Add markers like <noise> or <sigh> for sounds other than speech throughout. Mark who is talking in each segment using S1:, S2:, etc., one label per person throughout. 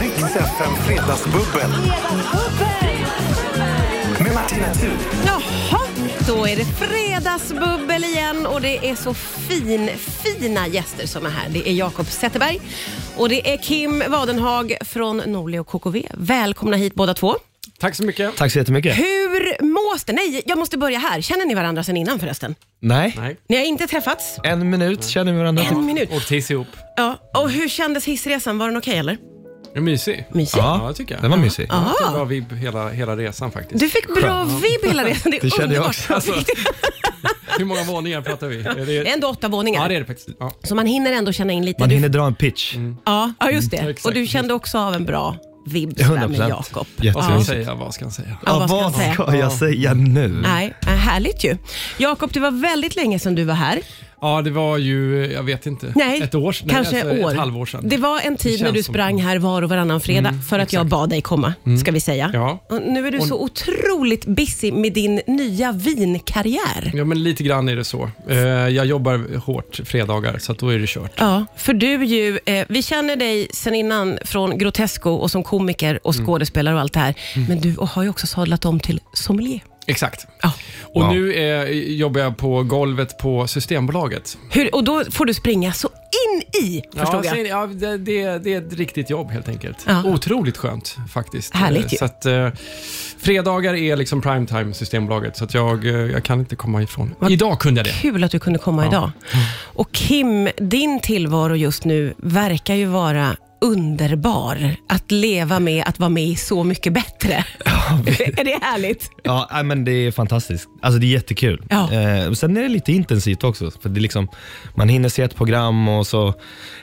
S1: Rix FM Fredagsbubbel med Martina Thun.
S2: Jaha, då är det fredagsbubbel igen och det är så fin, fina gäster som är här. Det är Jakob Zetterberg och det är Kim Wadenhag från Norli och KKV. Välkomna hit båda två.
S3: Tack så mycket.
S4: Tack så jättemycket.
S2: Hur mås det? Nej, jag måste börja här. Känner ni varandra sen innan förresten?
S4: Nej.
S3: Nej.
S2: Ni har inte träffats?
S4: En minut känner vi varandra.
S2: En minut.
S3: Åkt hiss ihop.
S2: Ja. Och hur kändes hissresan? Var den okej eller?
S3: Det är mysig.
S2: Mysig?
S3: Ja, det tycker jag.
S4: Den var mysig.
S3: Jag har haft en
S2: Aha.
S3: bra vibb hela, hela resan faktiskt.
S2: Du fick bra vibb hela resan. Det är
S4: Det kände jag
S2: underbart.
S4: också.
S3: Alltså, hur många våningar pratar vi? Är
S2: Det är
S3: det...
S2: ändå åtta våningar.
S3: Ja, det är det faktiskt. Ja.
S2: Så man hinner ändå känna in lite.
S4: Man
S2: Du-
S4: hinner dra en pitch.
S2: Ja, ja just det.
S3: Mm. exakt.
S2: och du kände också av en bra vibb sådär
S4: 100
S2: med Jakob.
S3: Vad ska jag
S4: Jättemysigt.
S3: säga? Vad ska jag säga?
S2: Ja,
S4: Ja, vad
S2: jag säga?
S4: ska jag säga nu?
S2: Nej, äh, härligt ju. Jakob, det var väldigt länge sedan du var här.
S3: Ja, det var ju, jag vet inte,
S2: Nej,
S3: ett år sedan.
S2: kanske
S3: alltså,
S2: år.
S3: Ett halvår sedan.
S2: Det var en tid
S3: känns
S2: när du
S3: som- Mm,
S2: sprang här var och varannan fredag för att jag bad dig komma, ska vi säga.
S3: Ja.
S2: Och nu är du så otroligt busy med din nya vinkarriär.
S3: Ja, men lite grann är det så. Eh, Jag jobbar hårt fredagar, så att då är det kört.
S2: Ja, för du ju, eh, vi känner dig sen innan från Grotesco och som komiker och
S3: Mm.
S2: skådespelare och allt det här. Men du har ju också sadlat om till sommelier.
S3: Exakt.
S2: Ja.
S3: Och nu eh, jobbar jag på golvet på Systembolaget.
S2: Hur, och då får du springa så in i, förstod
S3: ja,
S2: jag.
S3: sen- Ja, det, det, det är ett riktigt jobb helt enkelt.
S2: Ja.
S3: Otroligt skönt faktiskt.
S2: Härligt ju.
S3: Eh, Så att, eh, fredagar är liksom primetime Systembolaget, så att jag, eh, jag kan inte komma ifrån. Idag kunde jag det.
S2: Kul att du kunde komma idag. Och Kim, din tillvaro just nu verkar ju vara underbar. Att leva med, att vara med i Så mycket bättre. <laughs> är det härligt?
S4: Ja, nej, men det är fantastiskt. Alltså det är jättekul.
S2: Ja.
S4: Eh, och sen är det lite intensivt också. För det är liksom, man hinner se ett program och så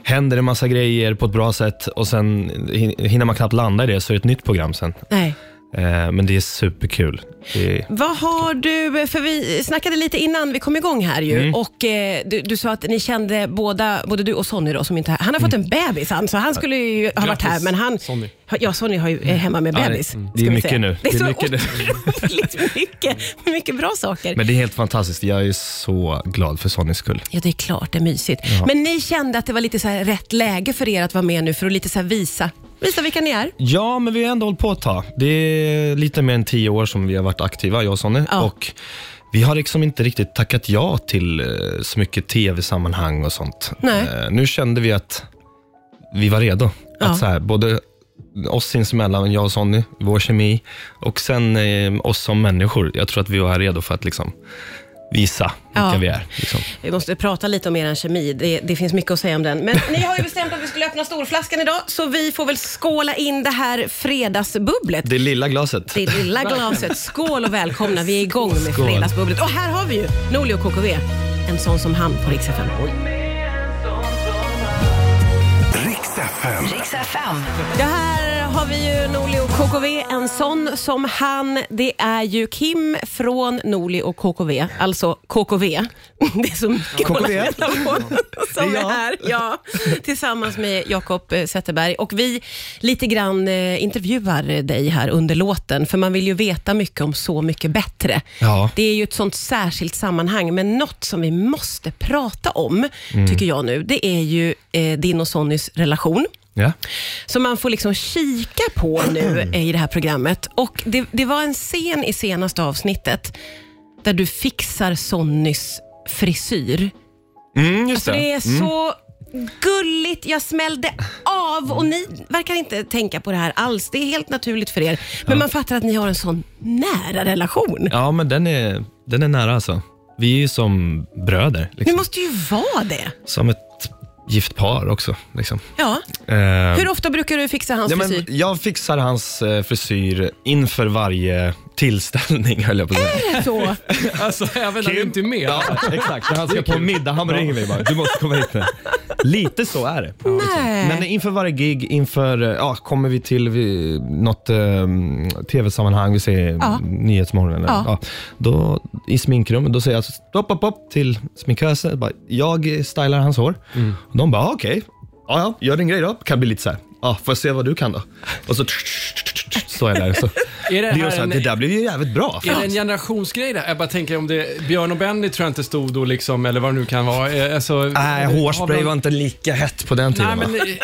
S4: händer det massa grejer på ett bra sätt och sen hin- hinner man knappt landa i det så är det ett nytt program sen.
S2: Nej.
S4: Eh, men det är superkul. Det är,
S2: Vad har du, för vi snackade lite innan vi kom igång här ju och eh, du, du sa att ni kände båda, både du och Sonny då som inte är här. Han har fått en bebis han, så han skulle ju ha varit
S3: Grattis,
S2: här men han,
S3: Sonny.
S2: ja Sonny har ju, är hemma med
S4: Ja, det-
S2: bebis.
S4: mm.
S2: ska
S4: det är
S2: vi
S4: mycket
S2: säga.
S4: nu.
S2: Det är
S4: Det är
S2: så
S4: mycket nu. <laughs>
S2: otroligt mycket, mycket bra saker.
S4: men det är helt fantastiskt. Jag är så glad för Sonys skull.
S2: Ja, det är klart det är mysigt. Men ni kände att det var lite så här rätt läge för er att vara med nu för att lite så här visa, visa vilka ni är.
S4: Ja, men vi har ändå hållit på ett tag. Det är lite mer än tio år som vi har varit aktiva, jag och Sonny.
S2: Ja.
S4: Och vi har liksom inte riktigt tackat ja till eh, så mycket tv-sammanhang och sånt.
S2: Nej.
S4: Eh, Nu kände vi att vi var redo.
S2: Ja.
S4: Att så här, både oss sinsemellan, jag och Sonny, vår kemi och sen eh, oss som människor. Jag tror att vi var redo för att liksom visa vilka
S2: Ja.
S4: vi är. Liksom.
S2: Vi måste prata lite om er kemi, det, det finns mycket att säga om den. Men ni har ju bestämt att vi skulle öppna storflaskan idag, så vi får väl skåla in det här fredagsbubblet.
S4: Det lilla glaset.
S2: Det lilla glaset. Skål och välkomna, vi är igång med fredagsbubblet. Och här har vi ju Norli och KKV, en sån som han på Rix FM.
S1: Rix FM.
S5: Rix FM.
S2: Det här har vi ju Norli och KKV, en sån som han. Det är ju Kim från Norli och KKV, alltså KKV. <laughs> Det är så mycket
S4: KKV.
S2: att hålla reda på <laughs> som
S4: Det är
S2: är
S4: jag.
S2: här. Ja, tillsammans med Jakob eh, Zetterberg. Och vi lite grann eh, intervjuar dig här under låten, för man vill ju veta mycket om Så mycket bättre.
S4: Ja.
S2: Det är ju ett sånt särskilt sammanhang, men något som vi måste prata om, tycker jag nu, det är ju eh, din och Sonnys relation
S4: Ja.
S2: som man får liksom kika på nu
S4: <clears throat>
S2: eh, i det här programmet. Och det, det var en scen i senaste avsnittet där du fixar Sonnys frisyr.
S4: Mm, just
S2: Så Alltså, det är så gulligt. Jag smällde av och ni verkar inte tänka på det här alls. Det är helt naturligt för er. Men man fattar att ni har en sån nära relation.
S4: Ja, men den är, den är nära alltså. Vi är ju som bröder.
S2: Ni
S4: Liksom.
S2: måste ju vara det.
S4: Som ett gift par också. Liksom.
S2: Ja.
S4: Eh,
S2: Hur ofta brukar du fixa hans
S4: ja, men
S2: frisyr?
S4: jag fixar hans eh, frisyr inför varje tillställning, <laughs> höll jag på att säga.
S2: Så.
S3: Alltså, även när du inte är med.
S4: Ja, exakt. När han ska på middag, han ringer mig bara. Du måste komma hit nu. Lite så är det. Men
S2: Nej.
S4: inför varje gig, inför, eh, ja, kommer vi till vi, något eh, tv-sammanhang, vi säger
S2: Ja.
S4: Nyhetsmorgon, eller,
S2: Ja.
S4: ja. då, i sminkrummet, då säger jag stopp, stopp, stopp till sminkösen. Bara, Jag stylar hans hår.
S3: Mm.
S4: Och de bara, "Ah, okej, ja, ja, gör din grej då. Kan bli lite så här. Ja, får jag se vad du kan då? Och så står jag där. Så.
S3: <laughs> Är det
S4: Det, är
S3: här
S4: så här,
S3: en-
S4: det där blev ju jävligt bra.
S3: Är det en generationsgrej där? Jag bara tänker om det, Björn och Benny tror jag inte stod då liksom, eller vad det nu kan vara. Eh, Alltså,
S4: Nej,
S3: har
S4: hårspray
S3: de-
S4: var inte lika hett på den tiden.
S3: Nej, men
S4: va?
S3: eh,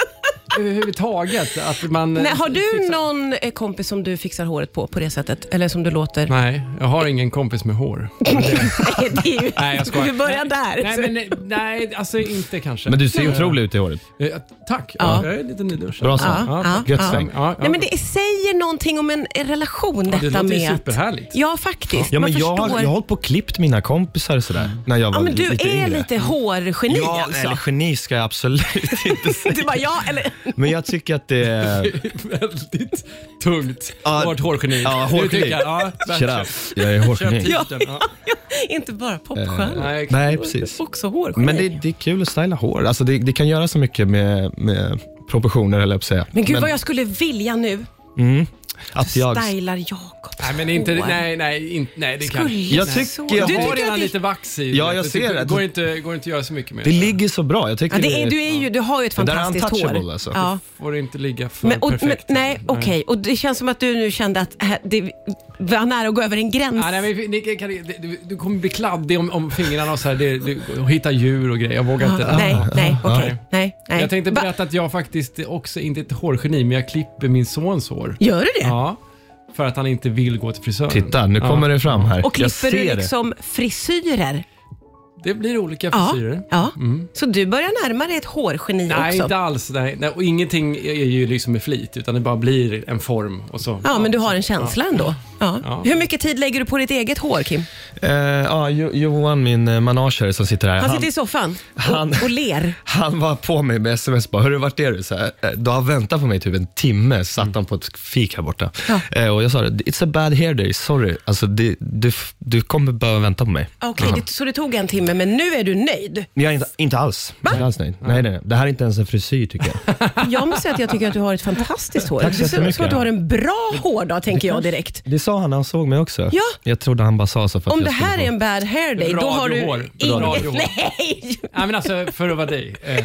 S3: överhuvudtaget. Att man,
S2: Nej, har du någon eh, kompis som du fixar håret på, på det sättet? Eller som du låter?
S3: Nej, jag har ingen kompis med hår.
S2: Nej, det är ju...
S3: Nej, jag skojar.
S2: Du börjar där.
S3: Nej, men, nej, nej, alltså inte kanske.
S4: Men du ser otrolig ut i håret.
S3: Eh, tack. Ja. Jag är lite nyduschad.
S4: Bra svar.
S2: Ja, ja,
S4: Gött
S2: ja.
S4: sväng.
S3: Ja, ja.
S2: Nej, men det säger någonting om en en relation detta
S3: det låter ju
S2: med... att-
S3: superhärligt.
S2: Ja, faktiskt.
S4: Ja, men
S2: Man
S4: jag,
S2: förstår.
S4: har- jag har hållit på och klippt mina kompisar sådär, när jag var
S2: ja, men du
S4: lite
S2: är
S4: yngre.
S2: lite hårgeni
S4: Ja,
S2: alltså.
S4: eller geni ska jag absolut inte säga.
S2: Du bara, ja, eller... <laughs>
S4: Men jag tycker att det är...
S3: <laughs> Väldigt tungt.
S4: Ja.
S3: Vårt hårgeni.
S4: Ja,
S3: Det
S4: hårgeni.
S3: tycker jag. Ja,
S4: Shut
S3: verkligen.
S4: up, jag är hårgeni.
S3: Köp
S2: Ja,
S3: titeln. Ja.
S2: Inte bara popstjärna,
S3: Eh, Nej,
S4: Nej, precis.
S2: också hårgeni.
S4: Men det, det är kul att styla hår. Alltså det, det kan göra så mycket med, med proportioner, eller jag på att säga.
S2: Men gud vad jag skulle vilja nu.
S4: att jag...
S2: Stylar Jakobs
S3: nej, men inte,
S2: hår.
S3: nej, nej, inte, nej, det kan
S2: Skulle
S4: Jag
S2: så-
S4: tycker jag
S3: Jag
S2: du
S3: har
S2: tycker
S3: redan
S2: att det,
S3: lite vax i
S4: Ja, jag
S3: det.
S4: ser
S3: det.
S4: det.
S3: går inte, går inte att göra så mycket mer.
S4: Det ligger så bra. Jag tycker
S2: ja, det är, du, är ju, du har ju ett
S4: Det där är
S2: fantastiskt hår.
S4: untouchable, alltså.
S2: Ja.
S3: Får inte ligga för
S2: Men, och, men,
S3: perfekt. Mm.
S2: nej, okej. Och det känns som att du nu kände att äh, det var nära att gå över en gräns.
S3: Ja, nej, men, ni kan- kan, det- du, du kommer bli kladdig om, om fingrarna och, så här, det, du, och hitta djur och grejer. Jag vågar inte.
S2: Ah, nej, nej, okej. Nej, nej.
S3: Jag tänkte
S2: Va-
S3: berätta att jag faktiskt också inte är ett hårgeni, men jag klipper min sons hår.
S2: Gör du det?
S3: Ja, för att han inte vill gå till frisören.
S4: Titta, nu
S3: ja.
S4: kommer det fram här.
S2: Och
S4: jag
S2: klipper du
S4: ser
S2: liksom frisyrer?
S3: Det blir olika
S2: Ja.
S3: frisyrer.
S2: ja. Så du börjar närma dig ett hårgeni
S3: Nej,
S2: också?
S3: inte alls. Nej. Nej, och ingenting är ju liksom med flit, utan det bara blir en form och så.
S2: Ja, men du har en känsla ändå. Ja.
S3: Ja.
S2: Hur mycket tid lägger du på ditt eget hår, Kim?
S4: det. Eh, ja, Jo- Johan, min eh, manager som sitter här,
S2: Han
S4: han,
S2: sitter i soffan
S4: han-
S2: och, och ler.
S4: han var på mig med sms bara, hörru vart är du? Så här, eh, då har han väntat på mig typ en timme, satt han på ett fik här borta.
S2: Ja.
S4: Eh, och jag sa, det, it's a bad hair day, sorry. Alltså, det, du, f- du kommer behöva vänta på mig.
S2: Okej, det, så det tog en timme, men nu är du nöjd?
S4: Jag är inte, inte alls. Jag är inte alls nöjd. Nej, nej, nej. Det här är inte ens en frisyr tycker jag.
S2: <laughs> Jag måste säga att jag tycker att du har ett fantastiskt hår.
S4: Tack så
S2: det ser ut
S4: jättemycket.
S2: som att du har en bra hårdag, tänker jag direkt.
S4: Det sa han när han såg mig också.
S2: Ja.
S4: Jag trodde han bara sa så för att
S2: Om
S4: jag
S2: det
S4: skulle
S2: här
S4: få-
S2: är en bad hair day, då har du...
S3: Radiohår.
S2: ingen- <laughs>
S3: Radiohår.
S2: Nej!
S3: Nej, men alltså för att vara dig. Eh,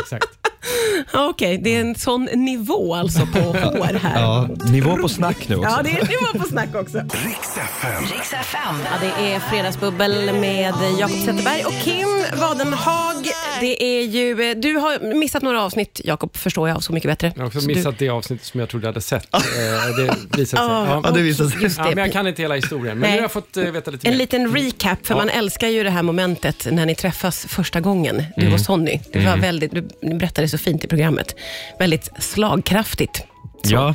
S3: exakt.
S2: Ja, Okej, det är en sån nivå alltså på hår här.
S4: <laughs> Ja, nivå på snack nu också.
S2: Ja, det är en nivå på snack också.
S1: Riks FM.
S5: Riks FM.
S2: Ja, det är Fredagsbubbel med Jakob Zetterberg och Kim Wadenhag. Det är ju, eh, du har missat några avsnitt, Jakob, förstår jag, av Så mycket bättre.
S3: Jag har också
S2: Så du-
S3: missat det avsnittet som jag trodde jag hade sett. Eh, det visade sig. Ja.
S4: Ja, det visar sig.
S2: Just
S3: Ja,
S2: det.
S3: men jag kan inte hela historien, men
S2: Nej.
S3: nu har jag fått eh, veta lite
S2: En
S3: mer.
S2: liten recap, för man älskar ju det här momentet när ni träffas första gången, du
S3: Mm.
S2: och Sonny. Det var väldigt, du ni berättade så fint i programmet. Väldigt slagkraftigt.
S4: Ja.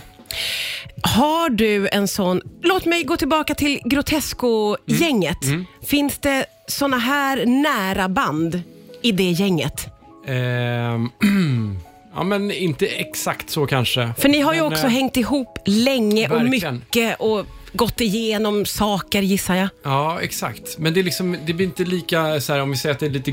S2: Har du en sån... Låt mig gå tillbaka till Grotesco-gänget.
S3: Mm,
S2: Finns det såna här nära band i det gänget?
S3: Ehm, <clears throat> ja, men inte exakt så kanske.
S2: För ni har ju
S3: Men,
S2: också
S3: eh,
S2: hängt ihop länge och
S3: verkligen.
S2: mycket och gått igenom saker, gissar jag.
S3: Ja, exakt. Men det, är liksom, det blir inte lika, så här, om vi säger att det är lite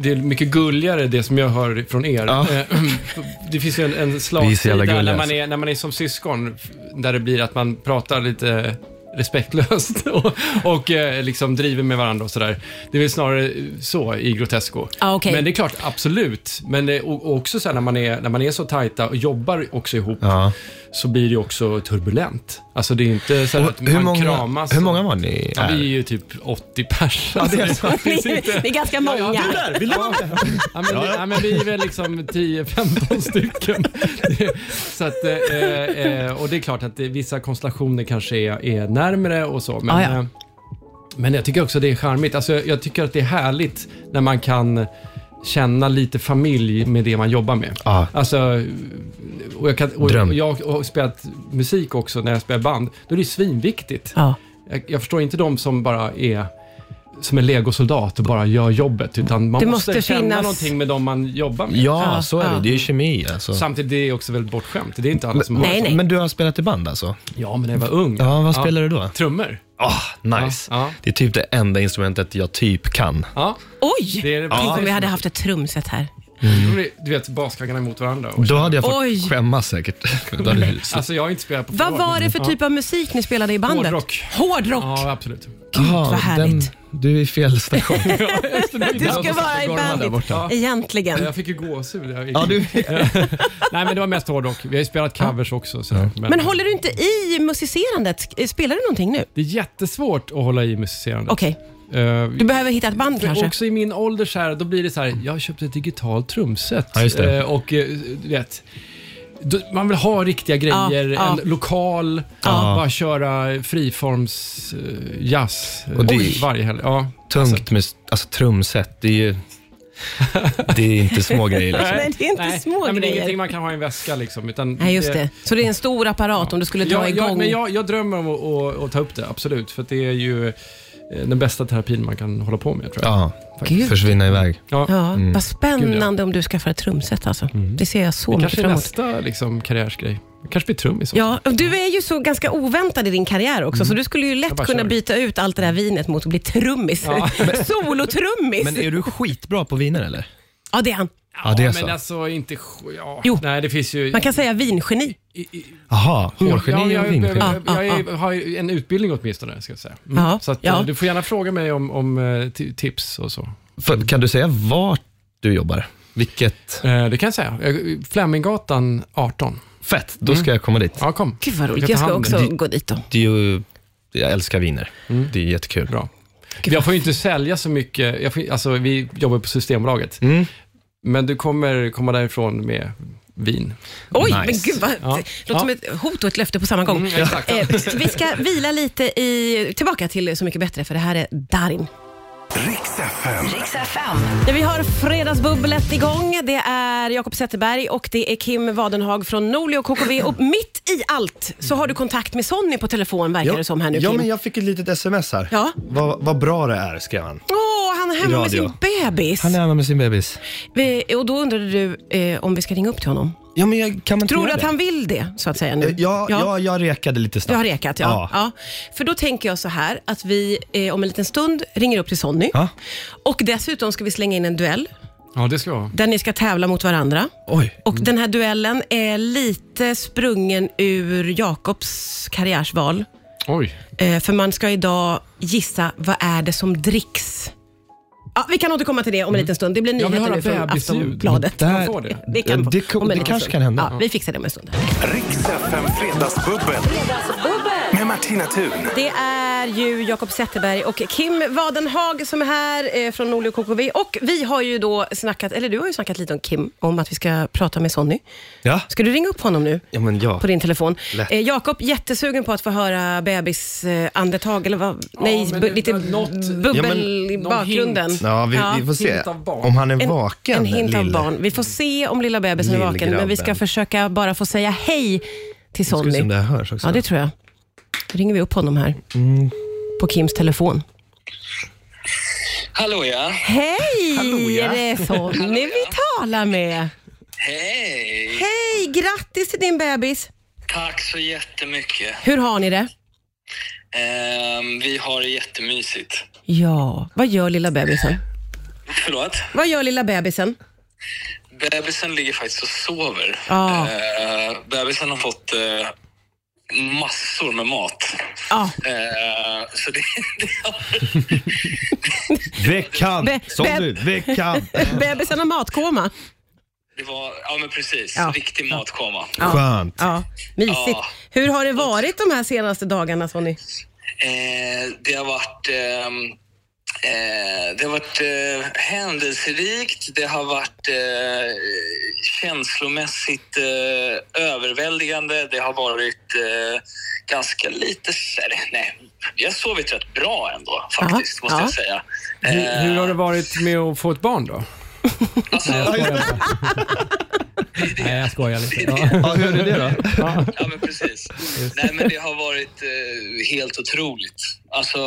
S3: det är mycket gulligare det som jag hör från er.
S4: Ja.
S3: Eh, <clears throat> Det finns ju en, en
S4: Vi är så
S3: slagsida
S4: jävla gulliga,
S3: när, man är- när man är som syskon, f- där det blir att man pratar lite respektlöst <laughs> och, och eh, liksom driver med varandra och sådär. Det är väl snarare så i Grotesco.
S2: Ja, okej.
S3: Men det är klart, absolut. Men det, och, och också så här, när, man är, när man är så tajta och jobbar också ihop
S4: Ja.
S3: så blir det ju också turbulent. Alltså det är inte så här
S4: Och
S3: att
S4: hur,
S3: man
S4: många,
S3: kramas.
S4: hur många var ni?
S3: Ja,
S4: här?
S3: vi är ju typ 80 pers.
S4: Ja, det
S3: <laughs>
S4: är
S3: Alltså,
S4: så.
S3: finns inte-
S2: Ni är ganska många.
S3: Ja, ja,
S4: Där, <laughs> vill du vara med?
S3: Ja, men, ja, men vi är väl liksom 10-15 stycken. så att, eh, eh, och det är klart att det, vissa konstellationer kanske är, är närmre och så. Men,
S2: Ah, ja.
S3: eh, men jag tycker också det är charmigt. Alltså, jag, jag tycker att det är härligt när man kan känna lite familj med det man jobbar med.
S4: Ja.
S3: Alltså, och jag, kan, och
S4: Dröm.
S3: jag har spelat musik också när jag spelar band. Då är det ju svinviktigt.
S2: Ja.
S3: Jag, jag förstår inte de som bara är som en legosoldat och bara gör jobbet. Utan man
S2: Det
S3: måste,
S2: måste
S3: känna
S2: finnas-
S3: någonting med dem man jobbar med.
S4: ja,
S2: Ja,
S4: så är
S2: ja.
S4: det. Det är ju kemi alltså.
S3: Samtidigt det är det också väldigt bortskämt. Det är inte alla som har
S2: Nej, nej.
S4: Men du har spelat i band alltså?
S3: Ja, men när jag var ung.
S4: Ja, vad spelar du då?
S3: Trummor.
S4: Ah, nice.
S3: Ja, ja.
S4: Det är typ det enda instrumentet jag typ kan.
S3: Ja.
S2: Oj!
S3: Det är det
S2: Tänk
S3: bästa.
S2: om vi hade haft ett trumset här.
S3: Du vet, baskaggarna mot varandra. Och,
S4: Då hade jag fått
S2: Oj. <laughs>
S4: skämmas säkert. Då hade du-
S3: alltså, jag har inte spelat på
S2: Vad
S3: flera år,
S2: var det
S3: men-
S2: för typ av musik ni spelade i bandet?
S3: Hårdrock.
S2: Hårdrock.
S3: Ja, absolut.
S2: Gud,
S4: Ah,
S2: vad härligt.
S4: Den, du är i fel station.
S2: Du ska vara i bandet,
S3: Ja.
S2: egentligen.
S3: Jag fick ju gåshud. Jag-
S4: ja, du,
S3: Nej, men det var mest hårdrock. Vi har ju spelat covers också. Så här.
S2: Men håller du inte i musicerandet? Sk- Spelar du någonting nu?
S3: Det är jättesvårt att hålla i musicerandet.
S2: Okej,
S3: Eh,
S2: du behöver hitta ett band
S3: För
S2: kanske?
S3: Också i min ålder så här, då blir det så här, jag har köpt ett digitalt trumset.
S4: Ja, just det.
S3: Eh, och eh, du vet, då- man vill ha riktiga grejer,
S2: ja.
S3: en lokal,
S4: Ja.
S3: bara köra friforms eh, jazz eh,
S4: Och det-
S3: varje helg. Ja.
S4: Tungt med alltså, trumset, det är ju... Det är inte små grejer
S2: <laughs>
S4: liksom.
S2: Nej, det är inte
S3: Nej.
S2: små
S3: Nej, men det är
S2: grejer.
S3: ingenting man kan ha i en väska liksom. Utan
S2: Nej, just det. Så det är en stor apparat om du skulle dra
S3: Jag,
S2: igång.
S3: jag, men jag, jag drömmer om att, att, att ta upp det, absolut. För att det är ju eh, den bästa terapin man kan hålla på med, tror jag.
S4: Ja,
S2: Gud.
S4: försvinna iväg.
S3: Ja.
S2: Ja, vad
S3: Gud, Mm.
S2: spännande om du skaffar ett trumset alltså. Det ser jag så mycket
S3: Kanske
S2: fram emot.
S3: nästa liksom, karriärsgrej. Kanske blir trummis. också.
S2: Ja, och du är ju så ganska oväntad i din karriär också, så du skulle ju
S3: Mm. Jag
S2: lätt
S3: bara
S2: kunna
S3: kör.
S2: byta ut allt det där vinet mot att bli trummis. <laughs> Solotrummis!
S4: Men är du skitbra på viner eller?
S2: Ja, det är han.
S4: Ja, det är så.
S3: Men alltså inte... sj- Ja.
S2: Jo.
S3: Nej, det finns ju...
S2: Man kan säga vingeni.
S3: i- i-
S4: Jaha,
S3: Ja, jag, jag,
S4: vingeni.
S3: jag, jag är- har ju en utbildning åtminstone, ska jag säga. Mm.
S2: Ja,
S3: så att,
S2: ja.
S3: eh, du får gärna fråga mig om, om eh, ti- tips och så.
S4: För- Kan du säga vart du jobbar? Vilket...
S3: Eh, Det kan jag säga. Eh, Fleminggatan 18.
S4: Fett, då ska jag komma dit.
S3: Ja, kom.
S2: Gud vad roligt,
S3: ta
S2: jag ska
S3: hand om
S2: också
S3: det.
S2: gå dit då.
S4: Det är ju, jag älskar viner. Det är jättekul.
S3: Bra. Jag får ju inte sälja så mycket, jag får, alltså vi jobbar på Systembolaget,
S4: Mm.
S3: men du kommer komma därifrån med vin.
S2: Oj,
S4: Nice.
S2: men gud vad...
S3: Ja.
S2: Det låter som ett hot och ett löfte på samma gång.
S3: Mm, exakt.
S2: Eh, vi ska vila lite i, tillbaka till Så mycket bättre, för det här är Darin.
S1: Riks FM.
S5: Riks FM.
S2: Ja, vi har Fredagsbubblet igång. Det är Jakob Zetterberg och det är Kim Wadenhag från Norli och KKV. Och mitt i allt så har du kontakt med Sonny på telefon verkar det som här nu
S6: ja,
S2: Kim.
S6: men jag fick ett litet sms här.
S2: Ja.
S6: Vad, vad bra det är, skrev han.
S2: Åh, han är hemma med
S6: radio.
S2: sin bebis.
S4: Han är hemma med sin bebis.
S2: Vi, och då undrade du eh, om vi ska ringa upp till honom.
S6: Ja, men jag kan man Eh,
S2: Tror du att han vill det så att säga nu?
S6: Ja, ja. Jag, jag rekade lite
S2: Du
S6: snabbt.
S2: har rekat, ja. ja. För då tänker jag så här att vi eh, om en liten stund ringer upp till Sonny.
S4: Ja.
S2: Och dessutom ska vi slänga in en duell
S3: Ja, det ska jag.
S2: där ni ska tävla mot varandra.
S4: Oj.
S2: Och den här duellen är lite sprungen ur Jakobs karriärsval.
S3: Oj.
S2: Eh, för man ska idag gissa vad är det som dricks. Ja, vi kan återkomma till det
S4: Mm.
S2: om en liten stund. Det blir
S3: Jag vill
S2: nyheter nu
S3: höra
S2: från
S3: bebisljud.
S2: Aftonbladet.
S3: Där- Man får det.
S2: Det, kan,
S4: Ja, Eh, det kan-
S2: om en
S4: det
S2: liten
S4: kanske
S2: stund.
S4: kan hända.
S2: Ja, vi fixar det om en stund.
S1: Riks FM Fredagsbubbel. Med Martina Thun.
S2: Det är ju Jakob Zetterberg och Kim Wadenhag som är här eh, från Norli och KKV. Och vi har ju då snackat, eller du har ju snackat lite om Kim, om att vi ska prata med Sonny.
S4: Ja.
S2: Ska du ringa upp honom nu?
S4: Ja, men ja.
S2: på din telefon.
S4: Lätt.
S2: Eh, Jakob, jättesugen på att få höra bebisandetag, eller vad? Nej,
S3: men
S2: bu-
S3: det-
S2: lite
S3: något-
S2: bubbel
S6: Ja, men-
S2: i
S3: någon
S2: bakgrunden.
S3: hint.
S6: Ja, vi, vi får se
S3: Hint av barn.
S6: om han är
S2: En,
S6: vaken.
S2: en hint av
S6: lille.
S2: barn. Vi får se om lilla bebisen är vaken, men vi ska
S6: Lillgrabben.
S2: försöka bara få säga hej till
S4: Ska vi se om
S2: Sonny.
S4: det här hörs också?
S2: Ja, det tror jag. Då ringer vi upp honom här. På Kims telefon.
S7: Hallå ja.
S2: Hej! Är det Sonny vi talar med?
S7: Hej.
S2: Hej! Grattis till din bebis!
S7: Tack så jättemycket.
S2: Hur har ni det?
S7: Ehm, vi har det jättemysigt.
S2: Ja, vad gör lilla bebisen?
S7: Förlåt?
S2: Vad gör lilla bebisen?
S7: Bebisen ligger faktiskt och sover.
S2: Ja.
S7: Ehm, bebisen har fått eh, massor med mat.
S2: Ja.
S7: Ehm, så det, <laughs> det har
S4: Veckan!
S2: Be-
S4: Som
S2: be-
S4: du, veckan!
S2: <laughs> Bebisen har matkoma.
S7: det var, ja men precis,
S2: Ja.
S7: riktig matkoma.
S6: <laughs>
S4: Skönt.
S2: <laughs> Ja, mysigt.
S7: Ja.
S2: Hur har det varit de här senaste dagarna, Sonny?
S7: Eh, det har varit, ehm, eh, det har varit eh, händelserikt, det har varit eh, känslomässigt eh, överväldigande, det har varit eh, ganska lite... s- eller, Nej, jag har sovit rätt bra ändå faktiskt,
S2: Ja,
S7: måste jag
S2: ja.
S7: säga. Eh,
S3: Hur, hur har det varit med att få ett barn då?
S7: Alltså,
S3: Nej, jag skojar lite. Ja.
S4: Ja, hur är det då?
S7: Ja, men precis. Nej, men det har varit eh, helt otroligt. Alltså,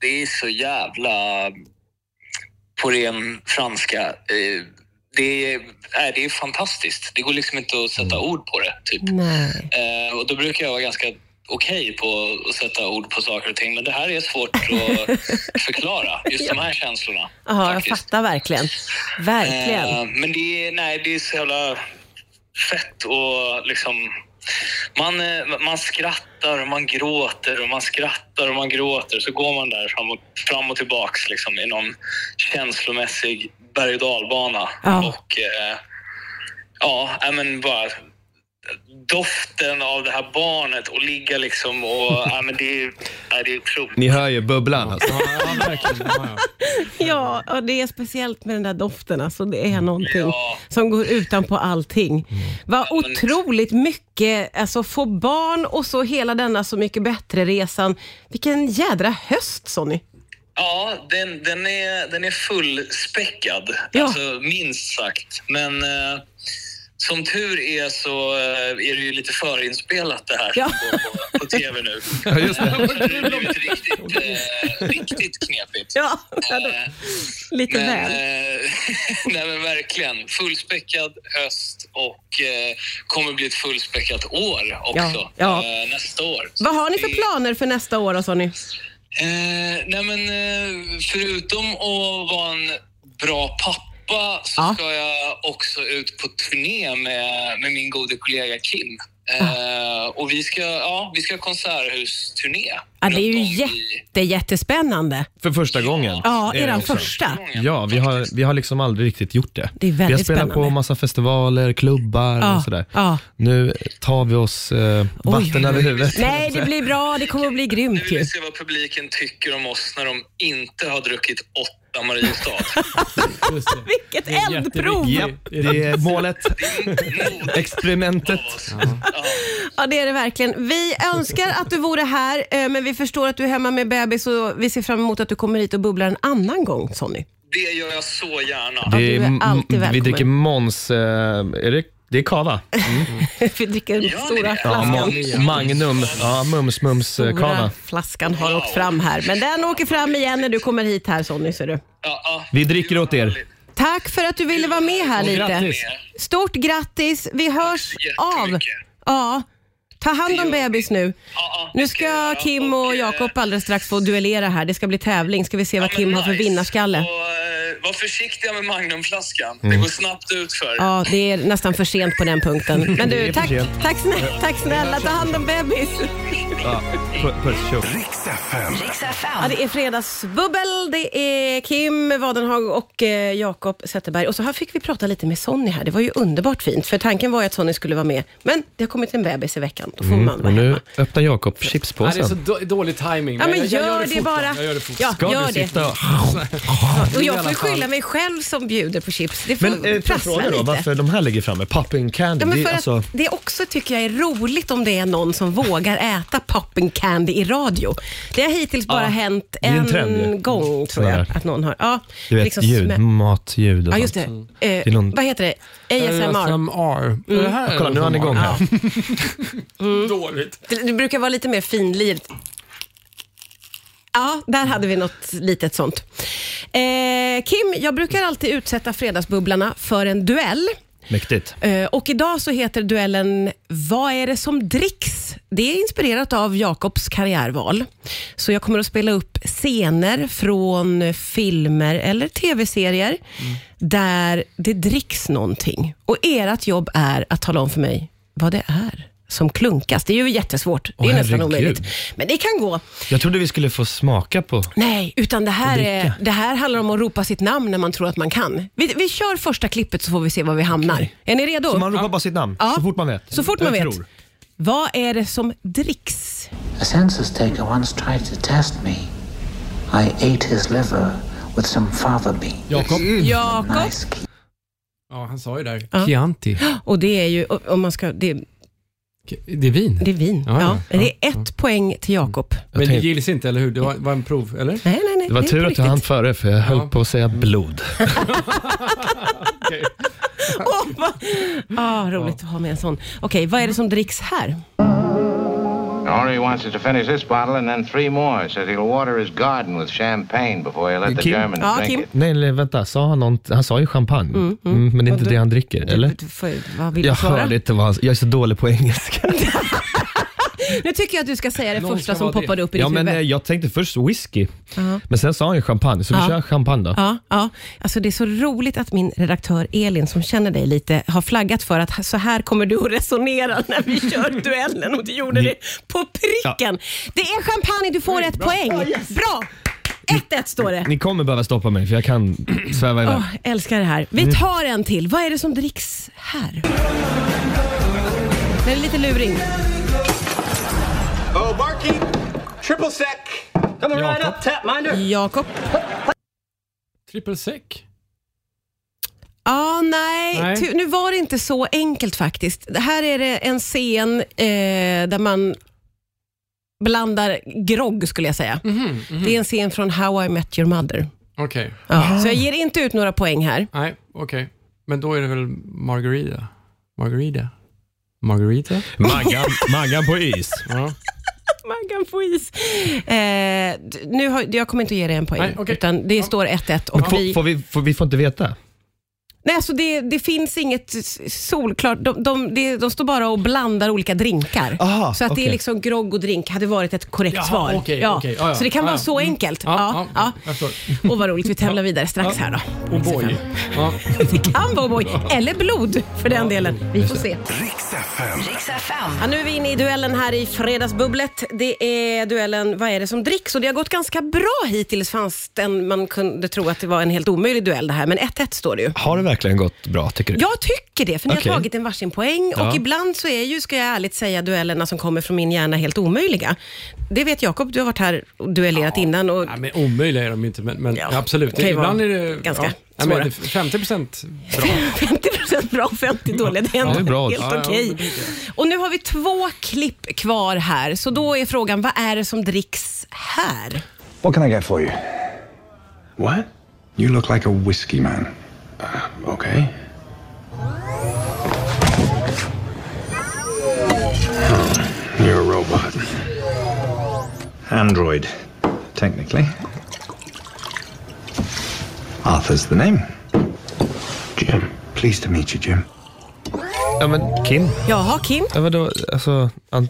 S7: det är så jävla... På ren franska. Eh, det, är, nej, det är fantastiskt. Det går liksom inte att sätta ord på det, typ.
S2: Nej.
S7: Eh, och då brukar jag vara ganska okej på att sätta ord på saker och ting, men det här är svårt att förklara. Just de här känslorna.
S2: Ja, jag
S7: faktiskt.
S2: fattar verkligen. Verkligen.
S7: Eh, men det är, nej, det är så jävla fett och liksom... Man, eh, man skrattar och man gråter och man skrattar och man gråter. Så går man där fram och, fram och tillbaks liksom, i någon känslomässig berg och dalbana.
S2: Ja.
S7: Och eh, ja, nej, men bara doften av det här barnet och ligga liksom och... <laughs> ja, men det är, ja, det är otroligt.
S4: Ni hör ju bubblan alltså.
S3: Ja, ja, verkligen. Ja,
S2: Ja, och det är speciellt med den där doften. Alltså, det är någonting
S7: Ja.
S2: som går utanpå allting. Vad otroligt mycket, alltså få barn och så hela denna Så mycket bättre-resan. Vilken jädra höst Sonny.
S7: Ja, den, den, är, den är fullspäckad,
S2: Ja.
S7: alltså, minst sagt. Men eh, som tur är så eh, är det ju lite förinspelat det här
S2: Ja.
S7: som går på, på
S2: <laughs>
S7: tv nu.
S4: Ja, just det.
S7: Så det har blivit riktigt, eh, riktigt knepigt.
S2: Ja,
S7: Eh,
S2: <laughs> lite
S7: men,
S2: väl.
S7: eh, <laughs> nej men verkligen. Fullspäckad höst och eh, kommer bli ett fullspäckat år också.
S2: ja.
S7: Eh, nästa år.
S2: Vad har ni för
S7: Det-
S2: planer för nästa år då Sonny?
S7: Eh, nej men eh, förutom att vara en bra pappa så
S2: Ja.
S7: ska jag också ut på turné med, med min gode kollega Kim. Eh, och vi ska, ja, vi ska ha konserthusturné.
S2: Ja, det är ju
S7: runt om i-
S2: jätte, jättespännande.
S4: För första gången.
S2: Ja,
S4: är det
S2: er
S4: också.
S2: första.
S4: Ja, vi har, vi har liksom aldrig riktigt gjort det.
S2: Det är väldigt
S4: vi har spelat
S2: spännande.
S4: på massa festivaler, klubbar
S2: Ja,
S4: och sådär.
S2: ja.
S4: Nu tar vi oss eh, vatten över huvudet.
S2: Nej, det blir bra. Det kommer att bli
S7: Nu
S2: grymt <laughs>
S7: vill
S2: ju.
S7: vi se vad publiken tycker om oss när de inte har druckit åtta
S2: <laughs>
S7: Mariestad.
S3: just det.
S2: Vilket
S3: Det är
S2: eldprov!
S3: jätteviktigt.
S4: Japp, det är målet,
S7: Modigt
S4: experimentet.
S7: av Mm, oss.
S2: Ja, det är det verkligen. Vi önskar att du vore här, eh, men vi förstår att du är hemma med bebis och vi ser fram emot att du kommer hit och bubblar en annan gång, Sonny. <laughs>
S7: Det gör jag så gärna.
S2: du är
S4: m-
S2: alltid
S4: vi
S2: välkommen.
S4: dricker Måns, eh, är det, det är kava.
S2: vi dricker den
S7: Gör ni
S2: stora
S7: det?
S4: Ja,
S2: flaskan.
S4: Måns- Magnum, ja, mums mums eh,
S2: Stora
S4: kava.
S2: flaskan har åkt fram här, men den åker fram igen när du kommer hit här Sonny. Ser du.
S7: Ja, ja.
S4: Vi dricker åt er.
S2: Tack för att du ville vara med här
S3: Och
S2: lite.
S3: grattis.
S2: Stort grattis. Vi hörs av.
S7: jättemycket.
S2: Ja. Ta hand om bebis nu.
S7: ja,
S2: Nu
S7: det ska jag
S2: ska
S7: göra.
S2: Kim
S7: Och,
S2: och
S7: eh,
S2: Jakob alldeles strax få duellera här. Det ska bli tävling. Ska vi se vad
S7: Ja,
S2: Kim
S7: men
S2: har för
S7: nice.
S2: vinnarskalle.
S7: Och, eh, var försiktiga med Magnumflaskan. Det går snabbt ut för.
S2: Ja, det är nästan för sent på den punkten. Men du, tack, tack, snälla, tack snälla. Ta hand om bebis.
S4: Pu- Puss, tjo.
S1: Riks FM.
S5: Riks
S2: Ja,
S5: FM.
S2: det är fredagsbubbel. Det är Kim Wadenhag och eh, Jakob Zetterberg. Och så här fick vi prata lite med Sonny här. Det var ju underbart fint. För tanken var ju att Sonny skulle vara med. Men det har kommit en bebis i veckan. Då får man vara
S4: Och Mm, nu
S2: hemma.
S4: öppnar Jakob
S3: Nej, det är så
S4: chipspåsen.
S3: då, dålig timing.
S2: Ja, men
S3: jag,
S2: gör,
S3: jag
S2: det
S3: fort då.
S2: bara.
S3: Jag gör det fort.
S2: Ja,
S4: Ska
S2: gör
S4: du
S2: det.
S4: sitta och...
S2: <laughs> Och
S3: i
S2: jag får
S3: alla
S2: ju
S3: fall.
S2: skylla mig själv som bjuder på chips. Det får
S4: Men eh, får jag
S2: prassla
S4: fråga då,
S2: lite.
S4: varför de här ligger framme? Popping candy?
S2: Ja, men
S4: Det
S2: för
S4: är alltså...
S2: att det också tycker jag är roligt om det är någon som vågar äta popping candy i radio. Det har hittills bara hänt
S4: är en
S2: en,
S4: trend ju.
S2: gång tror jag
S4: Sådär.
S2: att någon har. Ja,
S4: Du vet,
S2: liksom
S4: ljud,
S2: smä-
S4: matljud och
S2: Ja,
S4: sånt.
S2: just det. Eh,
S4: är någon-
S2: Vad heter det? ASMR.
S3: Mm. Det här är
S4: Kolla, nu är han igång
S3: <laughs>
S4: här.
S3: Dåligt.
S2: Det, det brukar vara lite mer finlir. Ja, där hade vi något litet sånt. Eh, Kim, jag brukar alltid utsätta Fredagsbubblarna för en duell.
S4: Mäktigt.
S2: Eh, Och idag så heter duellen Vad är det som dricks? Det är inspirerat av Jakobs karriärval. Så jag kommer att spela upp scener från filmer eller tv-serier
S4: Mm.
S2: där det dricks någonting. Och ert jobb är att tala om för mig vad det är som klunkas. Det är ju jättesvårt. Det är
S4: Åh,
S2: nästan
S4: herregud.
S2: omöjligt. Men det kan gå.
S4: Jag trodde vi skulle få smaka på...
S2: Nej, utan det här, är,
S4: dricka.
S2: det här handlar om att ropa sitt namn när man tror att man kan. Vi, vi kör första klippet så får vi se var vi hamnar. Är ni redo?
S4: Så man ropar bara sitt namn,
S2: Ja.
S4: så fort man vet.
S2: Så fort man
S4: Jag
S2: vet.
S4: tror.
S2: Vad är det som dricks?
S8: A census taker once tried to test me. I ate his liver with some fava beans.
S3: Jakob.
S2: Jakob.
S8: Nice
S3: Ja, han sa ju där.
S2: Ja.
S3: Chianti.
S2: Och det är ju, om man ska, det,
S3: Det är vin.
S2: det är vin.
S3: Ja,
S2: Ja,
S3: ja,
S2: det är ett poäng till Jakob.
S3: Men det
S4: tänkte-
S3: gills inte, eller hur? Det var, var en prov, eller?
S2: Nej, nej, nej.
S4: Det var
S2: är
S4: tur
S2: på
S4: att du hann
S2: riktigt.
S4: före, för jag höll på att säga blod.
S2: Åh, vad- ah, roligt att ha med en sån. Okej, vad är det som dricks här?
S9: Henri wants us to finish this bottle and then three more. Says he'll water his garden with champagne before he let the
S4: Kim?
S9: Germans
S2: Ja,
S9: drink
S2: Kim.
S9: it.
S4: Nej, eller vänta. Sa han nånt? Han sa ju champagne. Mm, men det är inte det han dricker, eller?
S2: Du får- Vad vill
S4: Jag
S2: du svara?
S4: hörde inte vad han Jag är så dålig på <laughs> engelska.
S2: Nu tycker jag att du ska säga det
S3: Någon
S2: första
S3: ska
S2: som
S3: vara det.
S2: poppade upp i
S4: Ja,
S2: ditt
S4: men eh,
S2: huvud.
S4: jag tänkte först whisky, men sen sa han ju champagne, så vi
S2: Ja.
S4: kör champagne då.
S2: Ja, ja. Alltså det är så roligt att min redaktör Elin, som känner dig lite, har flaggat för att så här kommer du att resonera när vi kör duellen. Och du gjorde det på pricken. Det är champagne, du får ett poäng. Bra! 1-1 står det.
S4: Ni kommer behöva stoppa mig, för jag kan <clears throat> sväva iväg.
S2: Åh, älskar det här. Vi tar en till. Vad är det som dricks här? Den är lite lurig.
S5: Oh, barkeep, triple sec. Coming right up, tapminder.
S2: Jakob?
S3: Triple sec?
S2: Ja, nej.
S3: Nej.
S2: Ty- Nu var det inte så enkelt faktiskt. Det Här är det en scen eh, där man blandar grogg skulle jag säga.
S3: Mhm,
S2: Det är en scen från How I Met Your Mother.
S3: Okej.
S2: Ja. Så jag ger inte ut några poäng här.
S3: Nej, okej. Men då är det väl Margarida? Margarida? Margarita?
S4: Maggan, maggan på is.
S3: Ja. Oh
S2: Maggan på is. Eh, d- nu har, jag kommer inte att ge dig en poäng,
S3: Nej, okej.
S2: utan det står 1-1. Och
S4: Får,
S2: vi,
S4: får vi, får, vi får inte veta.
S2: nej, alltså det, det finns inget s- solklart. De, de, de, de står bara och blandar olika drinkar.
S4: Aha,
S2: så att det är
S4: okej.
S2: liksom grogg och drink hade varit ett korrekt
S3: Jaha,
S2: svar.
S3: okej,
S2: ja.
S3: okej. Ja, ja.
S2: Så det kan
S3: Ja,
S2: vara
S3: ja. Mm.
S2: så enkelt.
S3: Ja,
S2: Ja, ja,
S3: jag
S2: <laughs>
S3: förstår.
S2: Och vad roligt, vi tävlar vidare strax här då.
S3: O'boy. Ja.
S2: Det kan vara boy, eller blod för den delen. Vi får se.
S1: Riks FM.
S2: Ja, nu är vi inne i duellen här i Fredagsbubblet. Det är duellen Vad är det som dricks? Och det har gått ganska bra hittills, fanns den man kunde tro att det var en helt omöjlig duell det här. Men 1-1 står det ju.
S4: Har det verkligen gått bra tycker du?
S2: Jag tycker det, för ni
S4: Okej.
S2: har tagit en varsin poäng och ibland så är ju, ska jag ärligt säga, duellerna som kommer från min hjärna helt omöjliga. Det vet Jakob, du har varit här och duellerat innan och <laughs>
S3: Ja, men omöjliga är de inte, men, men
S2: Ja,
S3: absolut.
S2: det kan ju
S3: Ibland
S2: vara
S3: är det...
S2: ganska
S3: ja. Ja, men
S2: svåra.
S3: det är 50 procent bra.
S2: 50% bra och 50% dåligt. Det är ändå
S4: det är bra.
S2: helt
S3: Ja, ja,
S2: okej.
S3: men det tycker
S2: Och nu har vi två klipp kvar här, så då är frågan, vad är det som dricks här?
S10: What can I get for you? What? You look like a whiskey man. Uh, okay. Oh, you're a robot. Android, technically. Arthur's the name. Jim. Pleased to meet you, Jim.
S4: Ja, men Kim,
S2: Jaha, Kim?
S4: ja, vadå, alltså, han,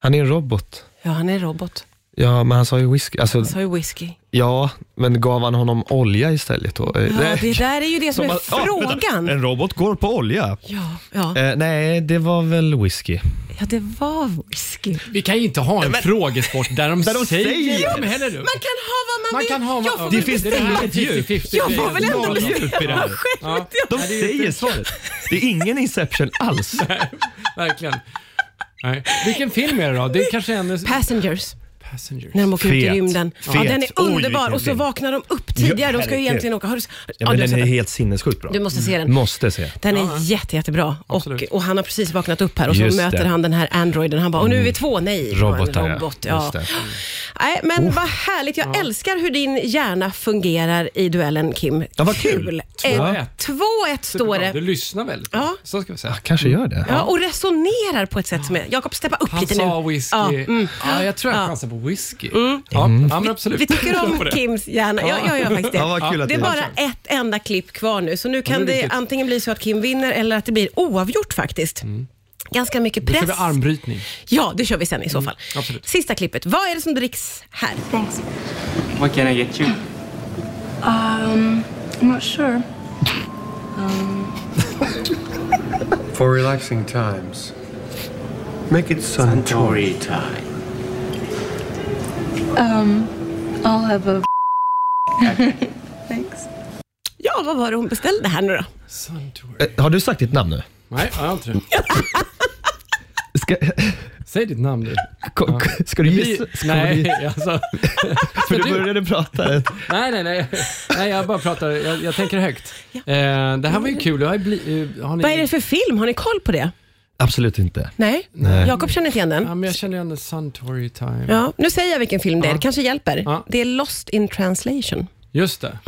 S4: han är en robot.
S2: Ja, han är en robot.
S4: Ja, men han sa ju whisky. Alltså,
S2: Sa ju whisky.
S4: ja, men gav han honom olja istället då? Eh,
S2: Ja,
S4: nej.
S2: det där är ju det som är
S4: Ja, vänta.
S2: frågan.
S4: En robot går på olja.
S2: Ja, ja.
S4: Eh, nej, det var väl whisky.
S2: ja, det var whisky.
S3: Vi kan ju inte ha en frågesport där de,
S4: Där de
S3: säger,
S4: säger.
S3: dem, heller du.
S2: Man kan ha vad man,
S3: Man
S2: vill.
S3: kan ha...
S2: jag får
S3: det
S2: väl
S3: finns det
S2: bestämma.
S3: här är ett djup. 50-50.
S2: Jag får väl ändå
S4: noll djup i det
S2: bestämma
S4: här.
S2: själv.
S3: Ja.
S4: De
S3: Nej, det är ju typ-
S4: säger
S3: inte
S4: svaret. Det är ingen Inception alls.
S3: <laughs> Verkligen. Nej. Vilken film är det då? Det är kanske en...
S2: Passengers,
S3: Passengers.
S2: när de åker ut i
S4: Fet.
S2: rymden. Ja,
S4: Fet.
S2: den är
S4: Oj,
S2: underbar
S4: vilken
S2: och så
S4: film.
S2: vaknar de upp tidigare. De ska ju
S4: herregud.
S2: egentligen åka... Har du,
S4: Ja,
S2: ja, du,
S4: men
S2: har
S4: den är
S2: sett den.
S4: helt sinnessjukt bra.
S2: du måste se den.
S4: Måste se.
S2: Den är jätte, jättebra. Och,
S3: Absolut.
S2: och han har precis vaknat upp här och så
S4: Just
S2: möter
S4: det.
S2: han den här androiden. Han bara, och nu är vi två. Nej, det var en
S4: Robotar, ja.
S2: robot. Ja.
S4: Just det.
S2: Nej, men vad härligt. Jag älskar hur din hjärna fungerar i duellen, Kim.
S4: Ja, vad kul.
S2: Eh, 2-1
S3: 2-1.
S2: står det.
S3: Du lyssnar väl?
S2: Ja. Ah,
S3: Så ska vi säga.
S4: Kanske gör det.
S2: Ja, och resonerar på ett sätt som är... Jakob, steppa upp
S3: Han
S2: lite
S3: sa
S2: nu.
S3: whisky.
S2: Ja,
S3: Ja,
S2: mm.
S3: jag tror jag
S2: Ja. Mm.
S3: chansar på whisky. Ja,
S4: Mm.
S3: ja, men absolut.
S2: Vi tycker
S3: <laughs> Kör på
S2: om
S3: det.
S2: Kims hjärna. Ja, jag gör faktiskt det.
S4: Ja, vad kul att
S2: det är
S4: ni-
S2: bara ett enda klipp kvar nu, så nu kan
S3: det är
S2: det
S3: viktigt.
S2: antingen bli så att Kim vinner eller att det blir oavgjort faktiskt. Ganska mycket
S3: Då kör
S2: press.
S3: vi armbrytning.
S2: Ja, det kör vi sen i så fall.
S3: absolut.
S2: Sista klippet. Vad är det som dricks här?
S11: Thanks.
S5: What can I get you?
S11: Um, I'm not sure.
S10: For relaxing times, make it Suntory time.
S11: Um, I'll have a. <laughs> Thanks.
S2: Ja, vad var det hon beställde här nu då?
S3: Suntory.
S4: Eh, Har du sagt ditt namn nu?
S3: Nej, jag har inte det.
S4: Ska,
S3: Säg ditt namn du.
S4: ko- ko- ska du gissa? Ska
S3: Nej,
S4: Du,
S3: alltså.
S4: för Alltså, du började prata.
S3: nej, nej, nej. Nej, jag bara pratar. Jag, jag tänker högt. Eh, det här var ju kul. Jag har ju bli, eh, har ni,
S2: Vad är det för film? Har ni koll på det?
S4: Absolut inte.
S2: Nej? Jakob känner inte igen den.
S3: Ja, men jag känner igen det. Suntory time.
S2: Ja, nu säger jag vilken film det är. Det kanske hjälper.
S3: Ja.
S2: Det är Lost in translation.
S3: Just det.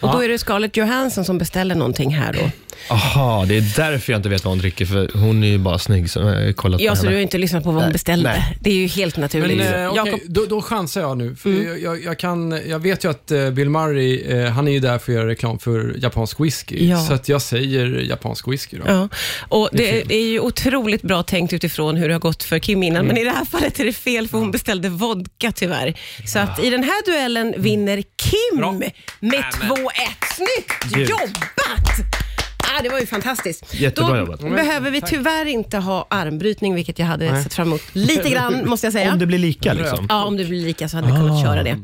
S2: Och Då är det Scarlett Johansson som beställer någonting här då.
S4: Aha, det är därför jag inte vet vad hon dricker, för hon är ju bara snygg. Så jag har kollat
S2: Ja,
S4: på
S2: så
S4: henne.
S2: du har inte lyssnat på vad hon beställde.
S4: nej.
S2: Det är ju helt naturligt.
S3: Men, eh, okej,
S2: Jakob, Mm.
S3: då, då chansar jag nu. För jag, jag, jag, kan, jag vet ju att eh, Bill Murray, eh, han är ju där för att göra reklam för japansk whisky.
S2: Ja.
S3: Så att jag säger japansk whisky då.
S2: Ja, och det är ju otroligt bra tänkt utifrån hur det har gått för Kim innan,
S4: Mm.
S2: men i det här fallet är det fel för hon beställde vodka tyvärr. Så att i den här duellen
S4: Mm.
S2: vinner Kim
S3: Bra.
S2: med 2-1. Snyggt jobbat! Ah, det var ju fantastiskt.
S4: Jättebra
S2: Då
S4: jobbat.
S2: behöver vi
S4: Tack.
S2: tyvärr inte ha armbrytning, vilket jag hade
S4: Nej.
S2: sett fram emot. Lite
S4: <laughs>
S2: grann, måste jag säga.
S4: Om det blir lika, liksom.
S2: Ja, om det blir lika så hade jag kunnat
S4: Ah.
S2: köra det.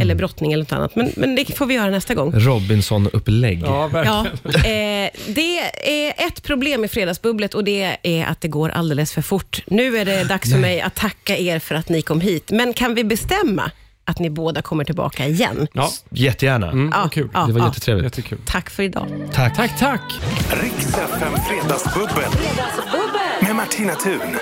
S2: Eller brottning eller något annat. Men, men det får vi göra nästa gång.
S4: Robinson-upplägg.
S2: Ja, eh, det är ett problem i Fredagsbubblet och det är att det går alldeles för fort. Nu är det dags för mig att tacka er för att ni kom hit, men kan vi bestämma att ni båda kommer tillbaka igen?
S4: Jättegärna.
S3: Mm,
S2: Ja, kul. ja,
S4: det var
S2: ja.
S4: jättetrevligt.
S2: Tack för idag.
S4: Mm. Tack.
S3: Tack, tack.
S1: Riks FM Fredagsbubbel. Med Martina Thun.